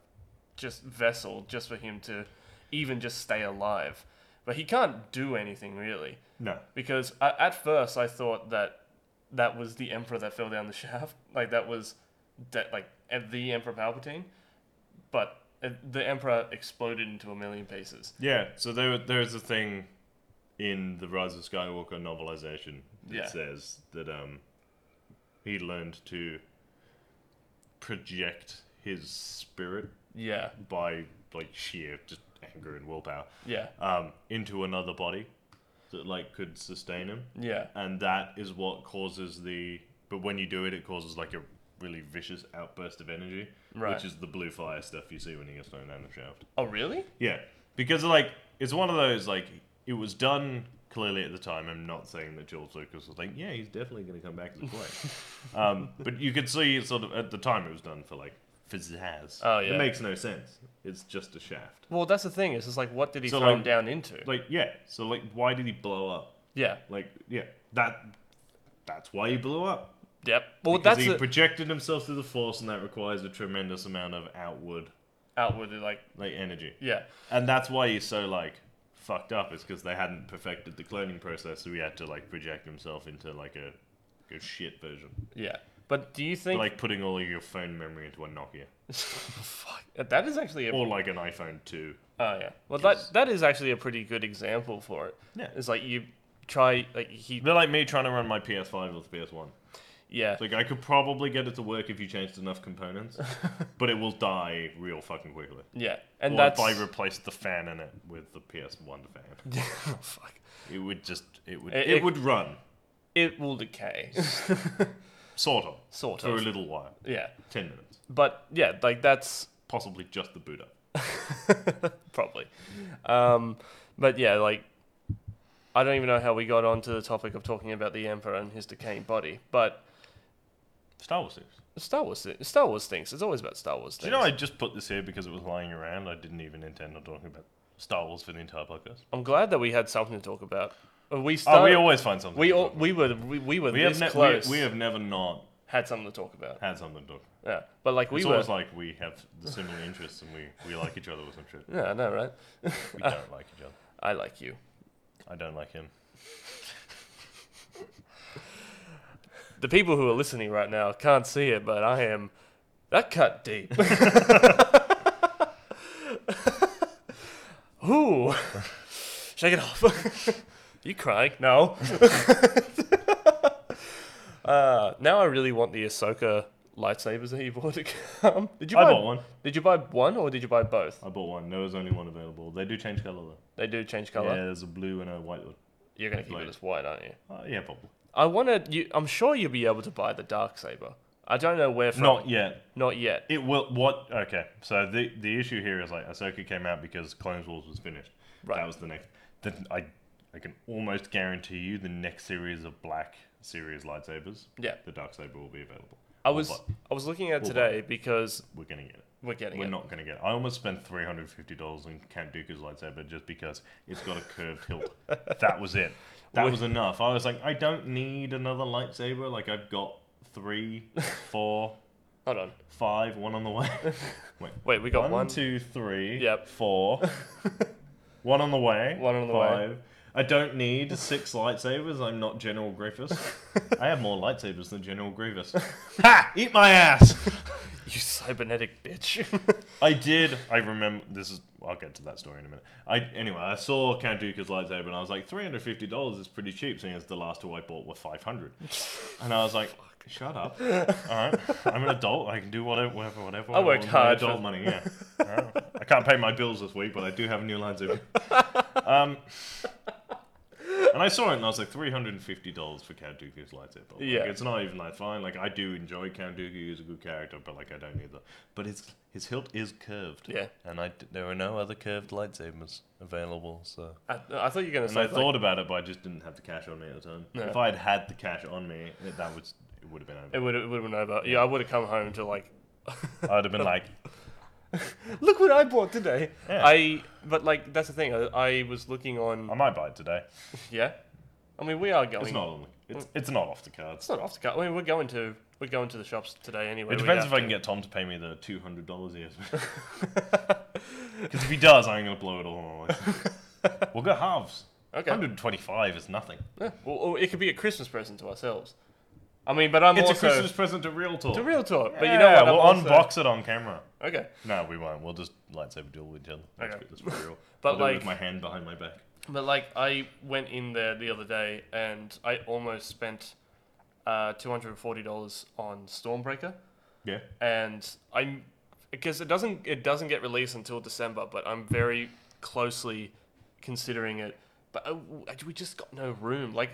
Speaker 1: just vessel just for him to even just stay alive. But he can't do anything really
Speaker 2: no,
Speaker 1: because I, at first I thought that that was the emperor that fell down the shaft, like that was that like em- the emperor Palpatine, but uh, the emperor exploded into a million pieces.
Speaker 2: yeah. So there there's a thing in the Rise of Skywalker novelization that
Speaker 1: Yeah.
Speaker 2: says that um he learned to project his spirit
Speaker 1: Yeah,
Speaker 2: by like sheer just anger and willpower
Speaker 1: yeah,
Speaker 2: um, into another body that like could sustain him,
Speaker 1: yeah,
Speaker 2: and that is what causes the. But when you do it, it causes like a really vicious outburst of energy,
Speaker 1: Right.
Speaker 2: which is the blue fire stuff you see when he gets thrown down the shaft.
Speaker 1: Oh really?
Speaker 2: Yeah, because like it's one of those like it was done clearly at the time. I'm not saying that George Lucas was like, yeah, he's definitely going to come back as a play, um, but you could see sort of at the time it was done for like pizzazz.
Speaker 1: Oh, yeah.
Speaker 2: it makes no sense. It's just a shaft.
Speaker 1: Well, that's the thing. It's just like what did he
Speaker 2: So,
Speaker 1: throw
Speaker 2: like-
Speaker 1: him down into?
Speaker 2: Like yeah, so like why did he blow up?
Speaker 1: yeah,
Speaker 2: Like, yeah, that that's why he blew up.
Speaker 1: yep. Well,
Speaker 2: because
Speaker 1: that's
Speaker 2: he
Speaker 1: the
Speaker 2: projected himself through the force, and that requires a tremendous amount of outward
Speaker 1: outward like
Speaker 2: like energy.
Speaker 1: yeah,
Speaker 2: And that's why he's so like fucked up. Is because they hadn't perfected the cloning process, so he had to like project himself into like a, a shit version,
Speaker 1: yeah. But do you think
Speaker 2: like putting all of your phone memory into a Nokia
Speaker 1: fuck eh, that is actually a
Speaker 2: or like an iPhone two.
Speaker 1: Oh yeah. Well,
Speaker 2: Yes.
Speaker 1: that that is actually a pretty good example for it.
Speaker 2: Yeah.
Speaker 1: It's like you try like he
Speaker 2: They're like me trying to run my PS5 with PS1.
Speaker 1: yeah
Speaker 2: It's Like I could probably get it to work if you changed enough components, but it will die real fucking quickly.
Speaker 1: yeah and
Speaker 2: or
Speaker 1: that's
Speaker 2: if I replaced the fan in it with the PS1 fan,
Speaker 1: oh, fuck.
Speaker 2: it would just it would
Speaker 1: It-
Speaker 2: it,
Speaker 1: it-
Speaker 2: would run
Speaker 1: It will decay,
Speaker 2: sort of
Speaker 1: sort
Speaker 2: for a
Speaker 1: of.
Speaker 2: little while,
Speaker 1: yeah,
Speaker 2: ten minutes,
Speaker 1: but yeah, like that's
Speaker 2: possibly just the boot up.
Speaker 1: probably. Um, but yeah, like I don't even know how we got onto the topic of talking about the emperor and his decaying body, but
Speaker 2: Star Wars series.
Speaker 1: Star Wars, thi- Star Wars things. It's always about Star Wars
Speaker 2: Do
Speaker 1: things.
Speaker 2: you know I just put this here because it was lying around. I didn't even intend on talking about Star Wars for the entire podcast.
Speaker 1: I'm glad that we had something to talk about. Uh, We
Speaker 2: Oh, we
Speaker 1: started.
Speaker 2: always find something.
Speaker 1: we
Speaker 2: to
Speaker 1: all,
Speaker 2: talk
Speaker 1: we were we, we were
Speaker 2: about. we
Speaker 1: this
Speaker 2: have ne-
Speaker 1: close.
Speaker 2: we, we have never not
Speaker 1: had something to talk about.
Speaker 2: had something to talk. About.
Speaker 1: Yeah, but like we
Speaker 2: it's
Speaker 1: were.
Speaker 2: almost like we have the similar interests and we, we like each other or some shit.
Speaker 1: yeah, I know, right?
Speaker 2: We don't like each other.
Speaker 1: I like you.
Speaker 2: I don't like him.
Speaker 1: The people who are listening right now can't see it, but I am That cut deep. Ooh. Shake it off. you crying? No. uh, now I really want the Ahsoka lightsabers that you bought to come. Did you
Speaker 2: I
Speaker 1: buy
Speaker 2: bought one.
Speaker 1: Did you buy one or did you buy both?
Speaker 2: I bought one. There was only one available. They do change color though.
Speaker 1: They do change color.
Speaker 2: Yeah, there's a blue and a white one.
Speaker 1: You're gonna keep
Speaker 2: Like-
Speaker 1: it as white, aren't you?
Speaker 2: Uh, yeah, probably.
Speaker 1: I wanna. You, I'm sure you'll be able to buy the dark saber. I don't know where from.
Speaker 2: Not yet.
Speaker 1: Not yet.
Speaker 2: It will. What? Okay. So the the issue here is like Ahsoka came out because Clone Wars was finished.
Speaker 1: Right.
Speaker 2: That was the next. The, I I can almost guarantee you the next series of black series lightsabers.
Speaker 1: Yeah.
Speaker 2: The dark saber will be available.
Speaker 1: I
Speaker 2: We'll
Speaker 1: was
Speaker 2: buy-
Speaker 1: I was looking at
Speaker 2: We'll
Speaker 1: today because
Speaker 2: We're gonna get it.
Speaker 1: we're getting
Speaker 2: We're
Speaker 1: it.
Speaker 2: not gonna get it. I almost spent three hundred fifty dollars on Count Dooku's lightsaber just because it's got a curved hilt. That was it. That
Speaker 1: We-
Speaker 2: was enough. I was like, I don't need another lightsaber. Like I've got three, four,
Speaker 1: Hold on.
Speaker 2: five, one on the way. Wait,
Speaker 1: Wait, we got one.
Speaker 2: one, two, three,
Speaker 1: Yep.
Speaker 2: four. one on the way.
Speaker 1: One on the way.
Speaker 2: five. I don't need six lightsabers. I'm not General Grievous. I have more lightsabers than General Grievous. ha! Eat my ass.
Speaker 1: You cybernetic bitch.
Speaker 2: I did. I remember. This is. I'll get to that story in a minute. I anyway. I saw Count Dooku's lightsaber, and I was like, three hundred fifty dollars is pretty cheap, seeing as the last two I bought were five hundred. And I was like, shut up. All right, I'm an adult. I can do whatever, whatever, whatever.
Speaker 1: I worked
Speaker 2: want with
Speaker 1: hard
Speaker 2: My adult
Speaker 1: for-
Speaker 2: money. Yeah. All right. I can't pay my bills this week, but I do have a new lightsaber. Um. And I saw it, and I was like, three hundred and fifty dollars for Count Dooku's lightsaber. Like,
Speaker 1: Yeah.
Speaker 2: it's not even that fine. Like, I do enjoy Count Dooku; he's a good character, but like, I don't need that. But his his hilt is curved.
Speaker 1: Yeah.
Speaker 2: And I d- there were no other curved lightsabers available, so.
Speaker 1: I, I thought you were gonna
Speaker 2: And
Speaker 1: say
Speaker 2: I
Speaker 1: like,
Speaker 2: thought about it, but I just didn't have the cash on me at the time.
Speaker 1: Yeah.
Speaker 2: If I had had the cash on me, it, that was it would have been
Speaker 1: it
Speaker 2: over.
Speaker 1: would it would have been over. Yeah, I would have come home to like,
Speaker 2: I'd have been like,
Speaker 1: look what I bought today.
Speaker 2: Yeah.
Speaker 1: I but like that's the thing. I, I was looking on.
Speaker 2: I might buy it today.
Speaker 1: yeah, I mean we are going. Mm.
Speaker 2: It's not on. the- It's it's not off the cards.
Speaker 1: It's not off the card. I mean we're going to we're going to the shops today anyway.
Speaker 2: It
Speaker 1: We'd
Speaker 2: depends
Speaker 1: have
Speaker 2: if I
Speaker 1: to.
Speaker 2: can get Tom to pay me the two hundred dollars he has. Because if he does, I'm gonna blow it all on my life. We'll go halves.
Speaker 1: Okay.
Speaker 2: One hundred twenty-five is nothing.
Speaker 1: Yeah. Well, or it could be a Christmas present to ourselves. I mean, but I'm
Speaker 2: It's
Speaker 1: also
Speaker 2: a Christmas present to Real Talk.
Speaker 1: to real talk. But you know
Speaker 2: Yeah,
Speaker 1: what? I'm
Speaker 2: We'll
Speaker 1: also-
Speaker 2: unbox it on camera.
Speaker 1: Okay.
Speaker 2: No, we won't. We'll just lightsaber duel with each other. That's,
Speaker 1: Okay.
Speaker 2: that's pretty real.
Speaker 1: But,
Speaker 2: I'll do it
Speaker 1: like-
Speaker 2: with my hand behind my back.
Speaker 1: But like I went in there the other day and I almost spent uh, two hundred and forty dollars on Stormbreaker,
Speaker 2: Yeah.
Speaker 1: and I'm because it doesn't it doesn't get released until December, but I'm very closely considering it. But uh, we just got no room. Like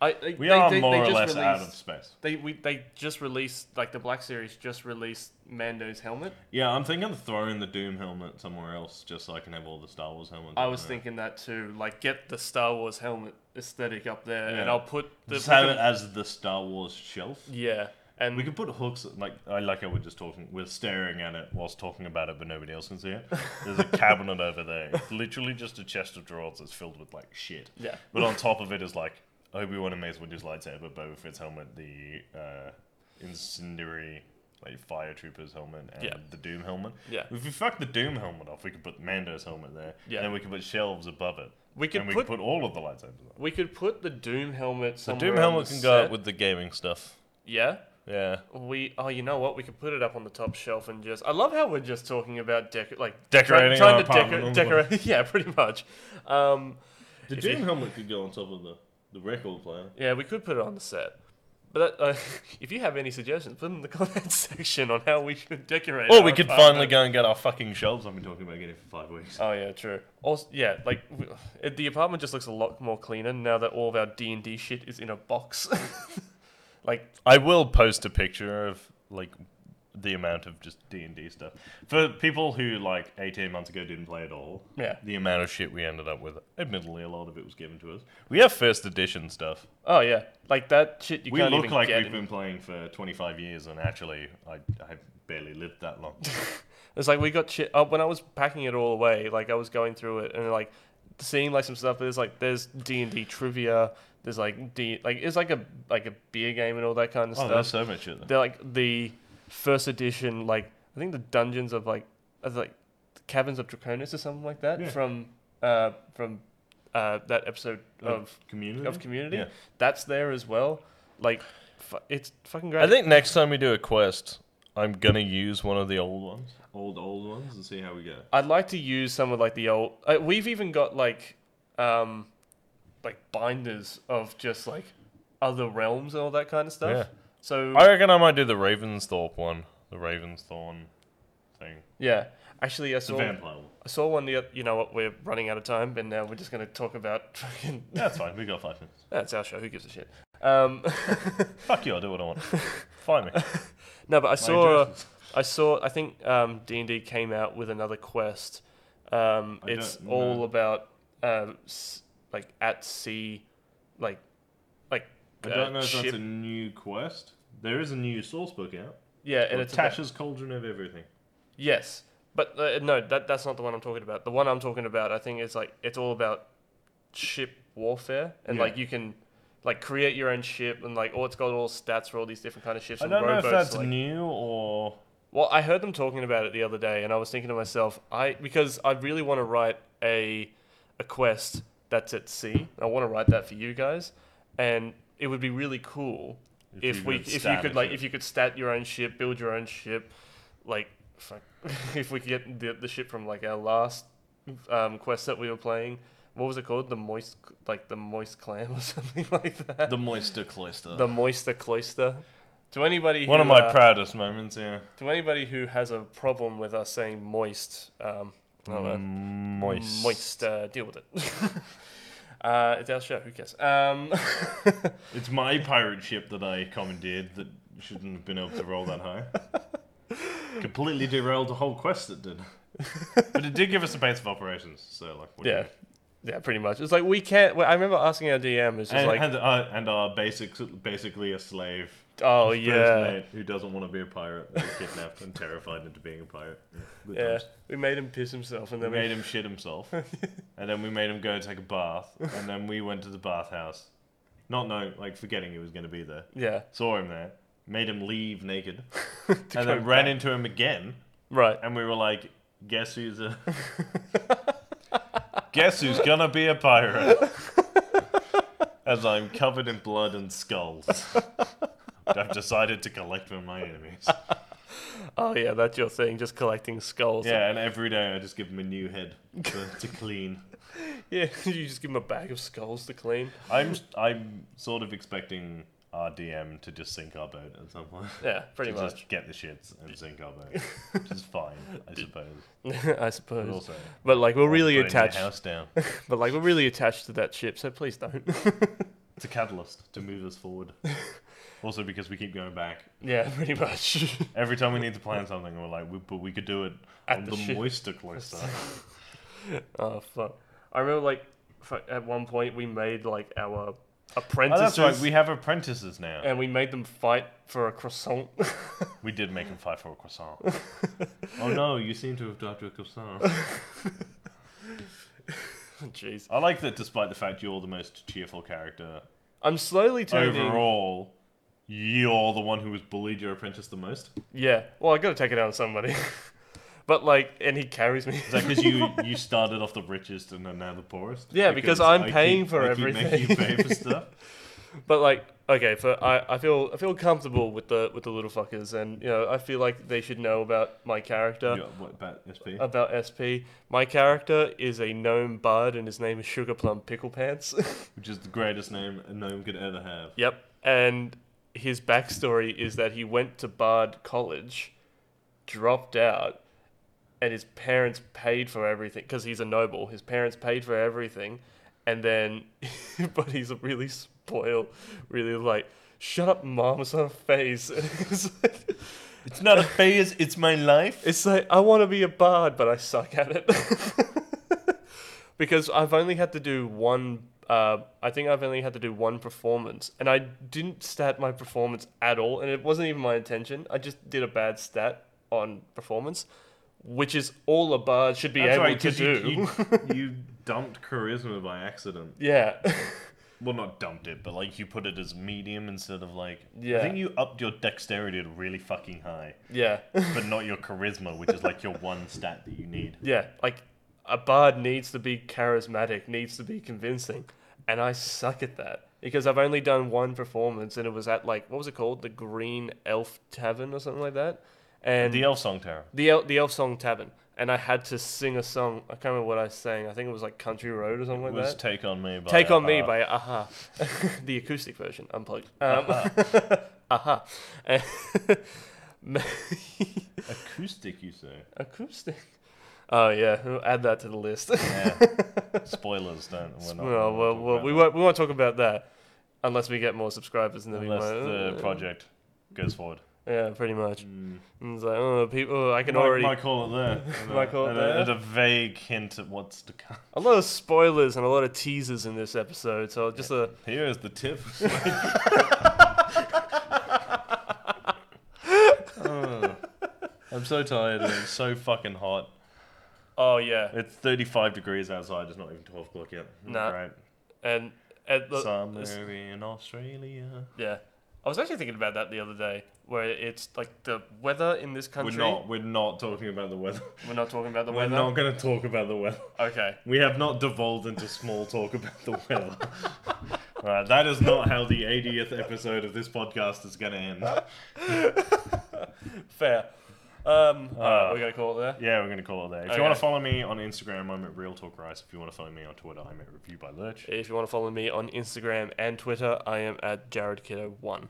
Speaker 1: I, I
Speaker 2: We
Speaker 1: they-
Speaker 2: are
Speaker 1: they- they
Speaker 2: more or
Speaker 1: just
Speaker 2: less out
Speaker 1: released-
Speaker 2: of space.
Speaker 1: They we they just released like the Black Series just released Mando's helmet.
Speaker 2: Yeah, I'm thinking of throwing the Doom helmet somewhere else, just so I can have all the Star Wars helmets.
Speaker 1: I
Speaker 2: on
Speaker 1: was
Speaker 2: there.
Speaker 1: thinking that too. Like get the Star Wars helmet aesthetic up there, and
Speaker 2: Yeah.
Speaker 1: I'll put the
Speaker 2: Just have it as the Star Wars shelf.
Speaker 1: yeah. And
Speaker 2: We could put hooks like I like how we're just talking, we're staring at it whilst talking about it, but nobody else can see it. There's a cabinet over there. It's literally just a chest of drawers that's filled with like shit.
Speaker 1: Yeah.
Speaker 2: But on top of it is like Obi Wan and Mace Windu's lightsaber, Boba Fett's helmet, the uh, incendiary like fire troopers helmet, and
Speaker 1: Yeah.
Speaker 2: the Doom helmet.
Speaker 1: Yeah.
Speaker 2: If we fuck the Doom helmet off, we could put Mando's helmet there.
Speaker 1: Yeah.
Speaker 2: And then we could put shelves above it.
Speaker 1: We could
Speaker 2: and we
Speaker 1: put-
Speaker 2: could put all of the lightsabers. Up.
Speaker 1: We could put the Doom helmet
Speaker 2: The
Speaker 1: somewhere. on
Speaker 2: Doom helmet
Speaker 1: the
Speaker 2: can go
Speaker 1: set.
Speaker 2: up with the gaming stuff.
Speaker 1: yeah.
Speaker 2: Yeah.
Speaker 1: We oh you know what we could put it up on the top shelf and just I love how we're just talking about dec- like
Speaker 2: Decorating
Speaker 1: try-
Speaker 2: our
Speaker 1: trying to
Speaker 2: apartment.
Speaker 1: decorate yeah pretty much um
Speaker 2: The
Speaker 1: If Doom you-
Speaker 2: helmet could go on top of the, the record player.
Speaker 1: yeah we could put it on the set but that, uh, if you have any suggestions put them in the comment section on how we should decorate
Speaker 2: Or
Speaker 1: our
Speaker 2: we could
Speaker 1: apartment.
Speaker 2: finally go and get our fucking shelves I've been talking about getting for five weeks.
Speaker 1: Oh yeah, true. Also, yeah, like w- it, the apartment just looks a lot more cleaner now that all of our D and D shit is in a box. like,
Speaker 2: I will post a picture of like the amount of just D and D stuff for people who like eighteen months ago didn't play at all.
Speaker 1: Yeah.
Speaker 2: the amount of shit we ended up with. Admittedly, a lot of it was given to us. We have first edition stuff.
Speaker 1: oh yeah, like that shit you
Speaker 2: we
Speaker 1: can't
Speaker 2: look
Speaker 1: even
Speaker 2: like
Speaker 1: get.
Speaker 2: we've
Speaker 1: in-
Speaker 2: been playing for twenty five years, and actually, I I barely lived that long.
Speaker 1: It's like we got shit. Uh, when I was packing it all away, like I was going through it and like seeing like some stuff. There's like there's D and D trivia. There's like D like it's like a like a beer game and all that kind of
Speaker 2: oh,
Speaker 1: stuff.
Speaker 2: there's so much shit. There.
Speaker 1: They're like the first edition, like I think the dungeons of like of like Caverns of Draconis or something like that
Speaker 2: Yeah.
Speaker 1: from uh from uh that episode of
Speaker 2: community.
Speaker 1: of Community.
Speaker 2: Yeah.
Speaker 1: That's there as well. Like fu- it's fucking great.
Speaker 2: I think next time we do a quest, I'm gonna use one of the old ones, old old ones, and see how we go.
Speaker 1: I'd like to use some of like the old. Uh, we've even got like, um, like binders of just like other realms and all that kind of stuff.
Speaker 2: Yeah.
Speaker 1: So
Speaker 2: I reckon I might do the Ravensthorpe one, the Ravensthorn thing.
Speaker 1: yeah, actually, I saw
Speaker 2: vampire. one.
Speaker 1: I saw one the oth- you know what we're running out of time, and now we're just gonna talk about fucking.
Speaker 2: That's fine. We got five minutes.
Speaker 1: That's our show. Who gives a shit? Um,
Speaker 2: Fuck you. I'll do what I want. Find me.
Speaker 1: no, but I
Speaker 2: My
Speaker 1: saw
Speaker 2: endorsement.
Speaker 1: I saw I think um D and D came out with another quest. Um,
Speaker 2: I
Speaker 1: it's
Speaker 2: don't
Speaker 1: all
Speaker 2: know.
Speaker 1: about uh, s- like at sea, like like
Speaker 2: I
Speaker 1: uh,
Speaker 2: don't know if
Speaker 1: ship.
Speaker 2: that's a new quest. There is a new source book out.
Speaker 1: yeah, and
Speaker 2: Or
Speaker 1: it's about-
Speaker 2: Tasha's Cauldron of Everything.
Speaker 1: Yes, but uh, no, that that's not the one I'm talking about. The one I'm talking about, I think, is like it's all about ship warfare, and
Speaker 2: Yeah.
Speaker 1: like you can like create your own ship, and like oh, it's got all stats for all these different kind of ships
Speaker 2: I
Speaker 1: and
Speaker 2: don't know if
Speaker 1: rowboats.
Speaker 2: that's
Speaker 1: like-
Speaker 2: new or
Speaker 1: Well, I heard them talking about it the other day, and I was thinking to myself, I because I really want to write a a quest that's at sea. I want to write that for you guys, and it would be really cool if,
Speaker 2: you
Speaker 1: we
Speaker 2: could
Speaker 1: if you
Speaker 2: stat
Speaker 1: could
Speaker 2: a
Speaker 1: like
Speaker 2: ship.
Speaker 1: if you could stat your own ship, build your own ship, like fuck, if we could get the the ship from like our last um, quest that we were playing. What was it called? The moist like the moist clam or something like that.
Speaker 2: the Moister Cloister.
Speaker 1: The moister cloister. To anybody
Speaker 2: one
Speaker 1: who,
Speaker 2: of my
Speaker 1: uh,
Speaker 2: proudest moments. Yeah.
Speaker 1: to anybody who has a problem with us saying moist, um, I don't know,
Speaker 2: Mm, Moist.
Speaker 1: moist, uh, deal with it. uh, it's our show. Who cares? Um,
Speaker 2: It's my pirate ship that I commandeered that shouldn't have been able to roll that high. Completely derailed the whole quest it did. but it did give us a base of operations, so like what do you
Speaker 1: yeah, yeah, pretty much. It's like we can't. well, I remember asking our DM. It's just
Speaker 2: and,
Speaker 1: like,
Speaker 2: and, uh, and are basic, basically a slave
Speaker 1: oh
Speaker 2: first
Speaker 1: yeah,
Speaker 2: mate who doesn't want to be a pirate, that was kidnapped and terrified into being a pirate. Good
Speaker 1: yeah.
Speaker 2: times.
Speaker 1: We made him piss himself, and
Speaker 2: We
Speaker 1: then we,
Speaker 2: made him shit himself, and then we made him go take a bath, and then we went to the bathhouse, not knowing, like forgetting he was going to be there.
Speaker 1: yeah,
Speaker 2: Saw him there, made him leave naked,
Speaker 1: to
Speaker 2: and
Speaker 1: go
Speaker 2: then ran
Speaker 1: back.
Speaker 2: into him again,
Speaker 1: Right.
Speaker 2: and we were like, "Guess who's a." Guess who's gonna be a pirate? As I'm covered in blood and skulls. I've decided to collect from my enemies.
Speaker 1: Oh yeah, that's your thing. Just collecting skulls.
Speaker 2: Yeah, and every day I just give him a new head to, to clean.
Speaker 1: yeah. you just give him a bag of skulls to clean.
Speaker 2: I'm I'm sort of expecting our DM to just sink our boat at some point.
Speaker 1: Yeah, pretty
Speaker 2: To
Speaker 1: much.
Speaker 2: Just get the shits and sink our boat. Which is fine, I suppose.
Speaker 1: I
Speaker 2: But
Speaker 1: suppose.
Speaker 2: also,
Speaker 1: But like, we're really
Speaker 2: burning your
Speaker 1: attached.
Speaker 2: house down.
Speaker 1: But like, we're really attached to that ship, so please don't.
Speaker 2: It's a catalyst to move us forward. Also, because we keep going back
Speaker 1: Yeah, pretty much.
Speaker 2: every time we need to plan something, we're like, we, but we could do it
Speaker 1: At
Speaker 2: on
Speaker 1: the
Speaker 2: the,
Speaker 1: ship.
Speaker 2: moister cloister.
Speaker 1: oh fuck! I remember like fuck, at one point we made like our
Speaker 2: Oh,
Speaker 1: apprentices,
Speaker 2: that's right. We have apprentices now.
Speaker 1: and we made them fight for a croissant.
Speaker 2: We did make him fight for a croissant. oh no, you seem to have died to a croissant.
Speaker 1: Jeez,
Speaker 2: I like that despite the fact you're the most cheerful character
Speaker 1: I'm slowly turning.
Speaker 2: overall, you're the one who was bullied your apprentice the most.
Speaker 1: Yeah, well, I got to take it out on somebody. but like, and he carries me.
Speaker 2: Is that because you, you started off the richest and are now the poorest?
Speaker 1: Yeah, because I'm
Speaker 2: I
Speaker 1: paying
Speaker 2: keep-
Speaker 1: for
Speaker 2: I keep making
Speaker 1: everything.
Speaker 2: you pay for stuff.
Speaker 1: But like, okay, for I, I feel I feel comfortable with the with the little fuckers, and you know I feel like they should know about my character.
Speaker 2: You- what about SP?
Speaker 1: About SP, my character is a gnome bard, and his name is Sugar Plum Pickle Pants.
Speaker 2: Which is the greatest name a gnome could ever have.
Speaker 1: Yep. And his backstory is that he went to Bard College, dropped out, and his parents paid for everything because he's a noble. His parents paid for everything, and then, but he's a really spoiled, really like, shut up, mom, it's not a phase. it's, like,
Speaker 2: It's not a phase, it's my life.
Speaker 1: it's like, I want to be a bard, but I suck at it. because I've only had to do one. Uh, I think I've only had to do one performance, and I didn't stat my performance at all, and it wasn't even my intention. I just did a bad stat on performance, which is all a bard should be
Speaker 2: That's
Speaker 1: able
Speaker 2: right,
Speaker 1: to
Speaker 2: 'cause you-
Speaker 1: do.
Speaker 2: you, you dumped charisma by accident.
Speaker 1: yeah,
Speaker 2: well not dumped it but like you put it as medium instead of like
Speaker 1: Yeah.
Speaker 2: i think you upped your dexterity to really fucking high
Speaker 1: yeah,
Speaker 2: but not your charisma which is like your one stat that you need
Speaker 1: yeah. Like a bard needs to be charismatic, needs to be convincing, and I suck at that because I've only done one performance, and it was at like what was it called, the Green Elf Tavern or something like that. and
Speaker 2: The Elf Song Tower.
Speaker 1: the El- the Elf Song Tavern, and I had to sing a song. I can't remember what I was saying. I think it was like Country Road or something like
Speaker 2: was Uh-huh.
Speaker 1: that.
Speaker 2: Take on Me by uh,
Speaker 1: Take on Me
Speaker 2: Aha.
Speaker 1: by Aha, the acoustic version, unplugged. Um,
Speaker 2: Uh-huh.
Speaker 1: Aha, And-
Speaker 2: acoustic. You say?
Speaker 1: acoustic. Oh yeah, we'll add that to the list.
Speaker 2: Yeah. Spoilers don't. We're not,
Speaker 1: well, well,
Speaker 2: we're
Speaker 1: well,
Speaker 2: not talking
Speaker 1: we
Speaker 2: about
Speaker 1: won't we won't talk about that unless we get more subscribers, and
Speaker 2: that.
Speaker 1: then
Speaker 2: unless
Speaker 1: we might.
Speaker 2: the
Speaker 1: uh,
Speaker 2: project goes forward.
Speaker 1: Yeah, pretty much.
Speaker 2: Mm.
Speaker 1: And It's like oh, people. I can
Speaker 2: might,
Speaker 1: already.
Speaker 2: might call it there. And
Speaker 1: Might
Speaker 2: a-
Speaker 1: call it
Speaker 2: and
Speaker 1: there.
Speaker 2: A, and a vague hint at what's to come.
Speaker 1: A lot of spoilers and a lot of teasers in this episode, so just a
Speaker 2: Here is the tip. Oh, I'm so tired and it's so fucking hot.
Speaker 1: oh yeah,
Speaker 2: It's 35 degrees outside. It's not even 12 o'clock yet.
Speaker 1: Nah.
Speaker 2: Right.
Speaker 1: and at the
Speaker 2: Summer in Australia.
Speaker 1: yeah, I was actually thinking about that the other day, where it's like the weather in this
Speaker 2: We're
Speaker 1: country.
Speaker 2: not. We're not talking about the weather.
Speaker 1: We're not talking about the
Speaker 2: We're
Speaker 1: weather.
Speaker 2: not going to talk about the weather.
Speaker 1: Okay.
Speaker 2: We have not devolved into small talk about the weather. Alright, that is not how the 80th episode of this podcast is going to end.
Speaker 1: Fair. Um, alright,
Speaker 2: Uh,
Speaker 1: we're gonna call it there.
Speaker 2: Yeah, we're going to call it there. If
Speaker 1: Okay.
Speaker 2: you want to follow me on Instagram, I'm at Real Talk Rice. If you want to follow me on Twitter, I'm at Review by Lurch.
Speaker 1: If you want to follow me on Instagram and Twitter, I am at JaredKiddo1.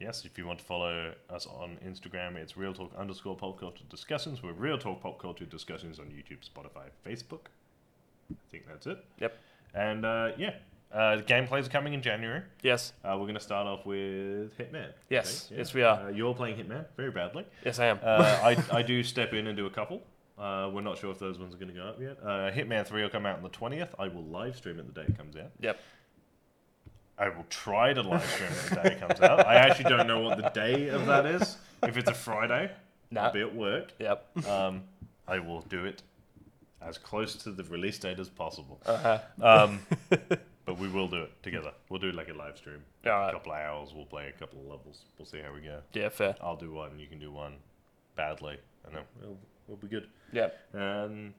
Speaker 2: Yes, if you want to follow us on Instagram, it's Real Talk underscore Pop Culture Discussions. We're Real Talk Pop Culture Discussions on YouTube, Spotify, Facebook. I think that's it.
Speaker 1: Yep.
Speaker 2: And uh, yeah, uh, gameplays are coming in January.
Speaker 1: Yes.
Speaker 2: Uh, we're going to start off with Hitman. I
Speaker 1: Yes,
Speaker 2: think,
Speaker 1: yes, we are.
Speaker 2: Uh, you're playing Hitman very badly.
Speaker 1: Yes, I am.
Speaker 2: Uh, I, I do step in and do a couple. Uh, we're not sure if those ones are going to go up yet. Uh, Hitman 3 will come out on the 20th. I will live stream it the day it comes out.
Speaker 1: yep.
Speaker 2: I will try to live stream it the day it comes out. I actually don't know what the day of that is. If it's a Friday,
Speaker 1: Nah.
Speaker 2: I'll be at work.
Speaker 1: Yep.
Speaker 2: Um, I will do it as close to the release date as possible.
Speaker 1: Uh-huh.
Speaker 2: Um, but we will do it together. We'll do like a live stream. A
Speaker 1: Alright.
Speaker 2: couple of hours. We'll play a couple of levels. We'll see how we go.
Speaker 1: Yeah, fair.
Speaker 2: I'll do one. You can do one badly, and then we'll, we'll be good.
Speaker 1: Yep.
Speaker 2: Um,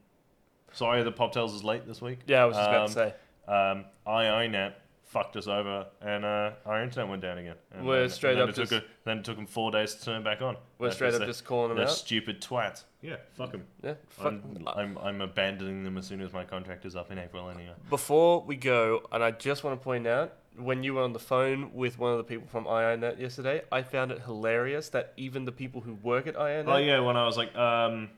Speaker 2: sorry that Pop Tales is late this week.
Speaker 1: Yeah, I was just about
Speaker 2: Um,
Speaker 1: to say.
Speaker 2: Um, IINet fucked us over, and uh, our internet went down again. And
Speaker 1: We're
Speaker 2: then-
Speaker 1: straight
Speaker 2: and then
Speaker 1: up
Speaker 2: it took
Speaker 1: just-
Speaker 2: a- then it took them four days to turn it back on.
Speaker 1: We're
Speaker 2: That's
Speaker 1: straight up
Speaker 2: the-
Speaker 1: just calling them
Speaker 2: the
Speaker 1: out.
Speaker 2: stupid twat. Yeah, fuck them.
Speaker 1: Yeah. Fuck.
Speaker 2: I'm, I'm, I'm abandoning them as soon as my contract is up in April anyway.
Speaker 1: Before we go, and I just want to point out, when you were on the phone with one of the people from IINet E yesterday, I found it hilarious that even the people who work at IINet.
Speaker 2: Oh yeah, when I was like, um,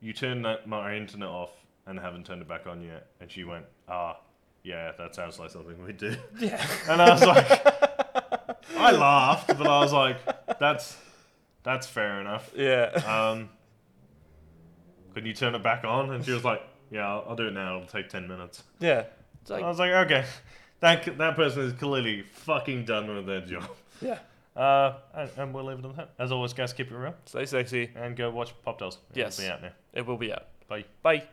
Speaker 2: you turned that, my internet off and haven't turned it back on yet, and she went, ah, yeah, that sounds like something we do.
Speaker 1: Yeah.
Speaker 2: And I was like, I laughed, but I was like, that's that's fair enough.
Speaker 1: Yeah.
Speaker 2: Um, can you turn it back on? And she was like, yeah, I'll, I'll do it now. It'll take ten minutes.
Speaker 1: Yeah. It's like,
Speaker 2: I was like, okay, that c- that person is clearly fucking done with their job.
Speaker 1: yeah.
Speaker 2: Uh, and, and we'll leave it on that. As always, guys, keep it real
Speaker 1: Stay sexy.
Speaker 2: and go watch Pop Dolls.
Speaker 1: Yes.
Speaker 2: It'll be out now.
Speaker 1: It will be out.
Speaker 2: Bye.
Speaker 1: Bye.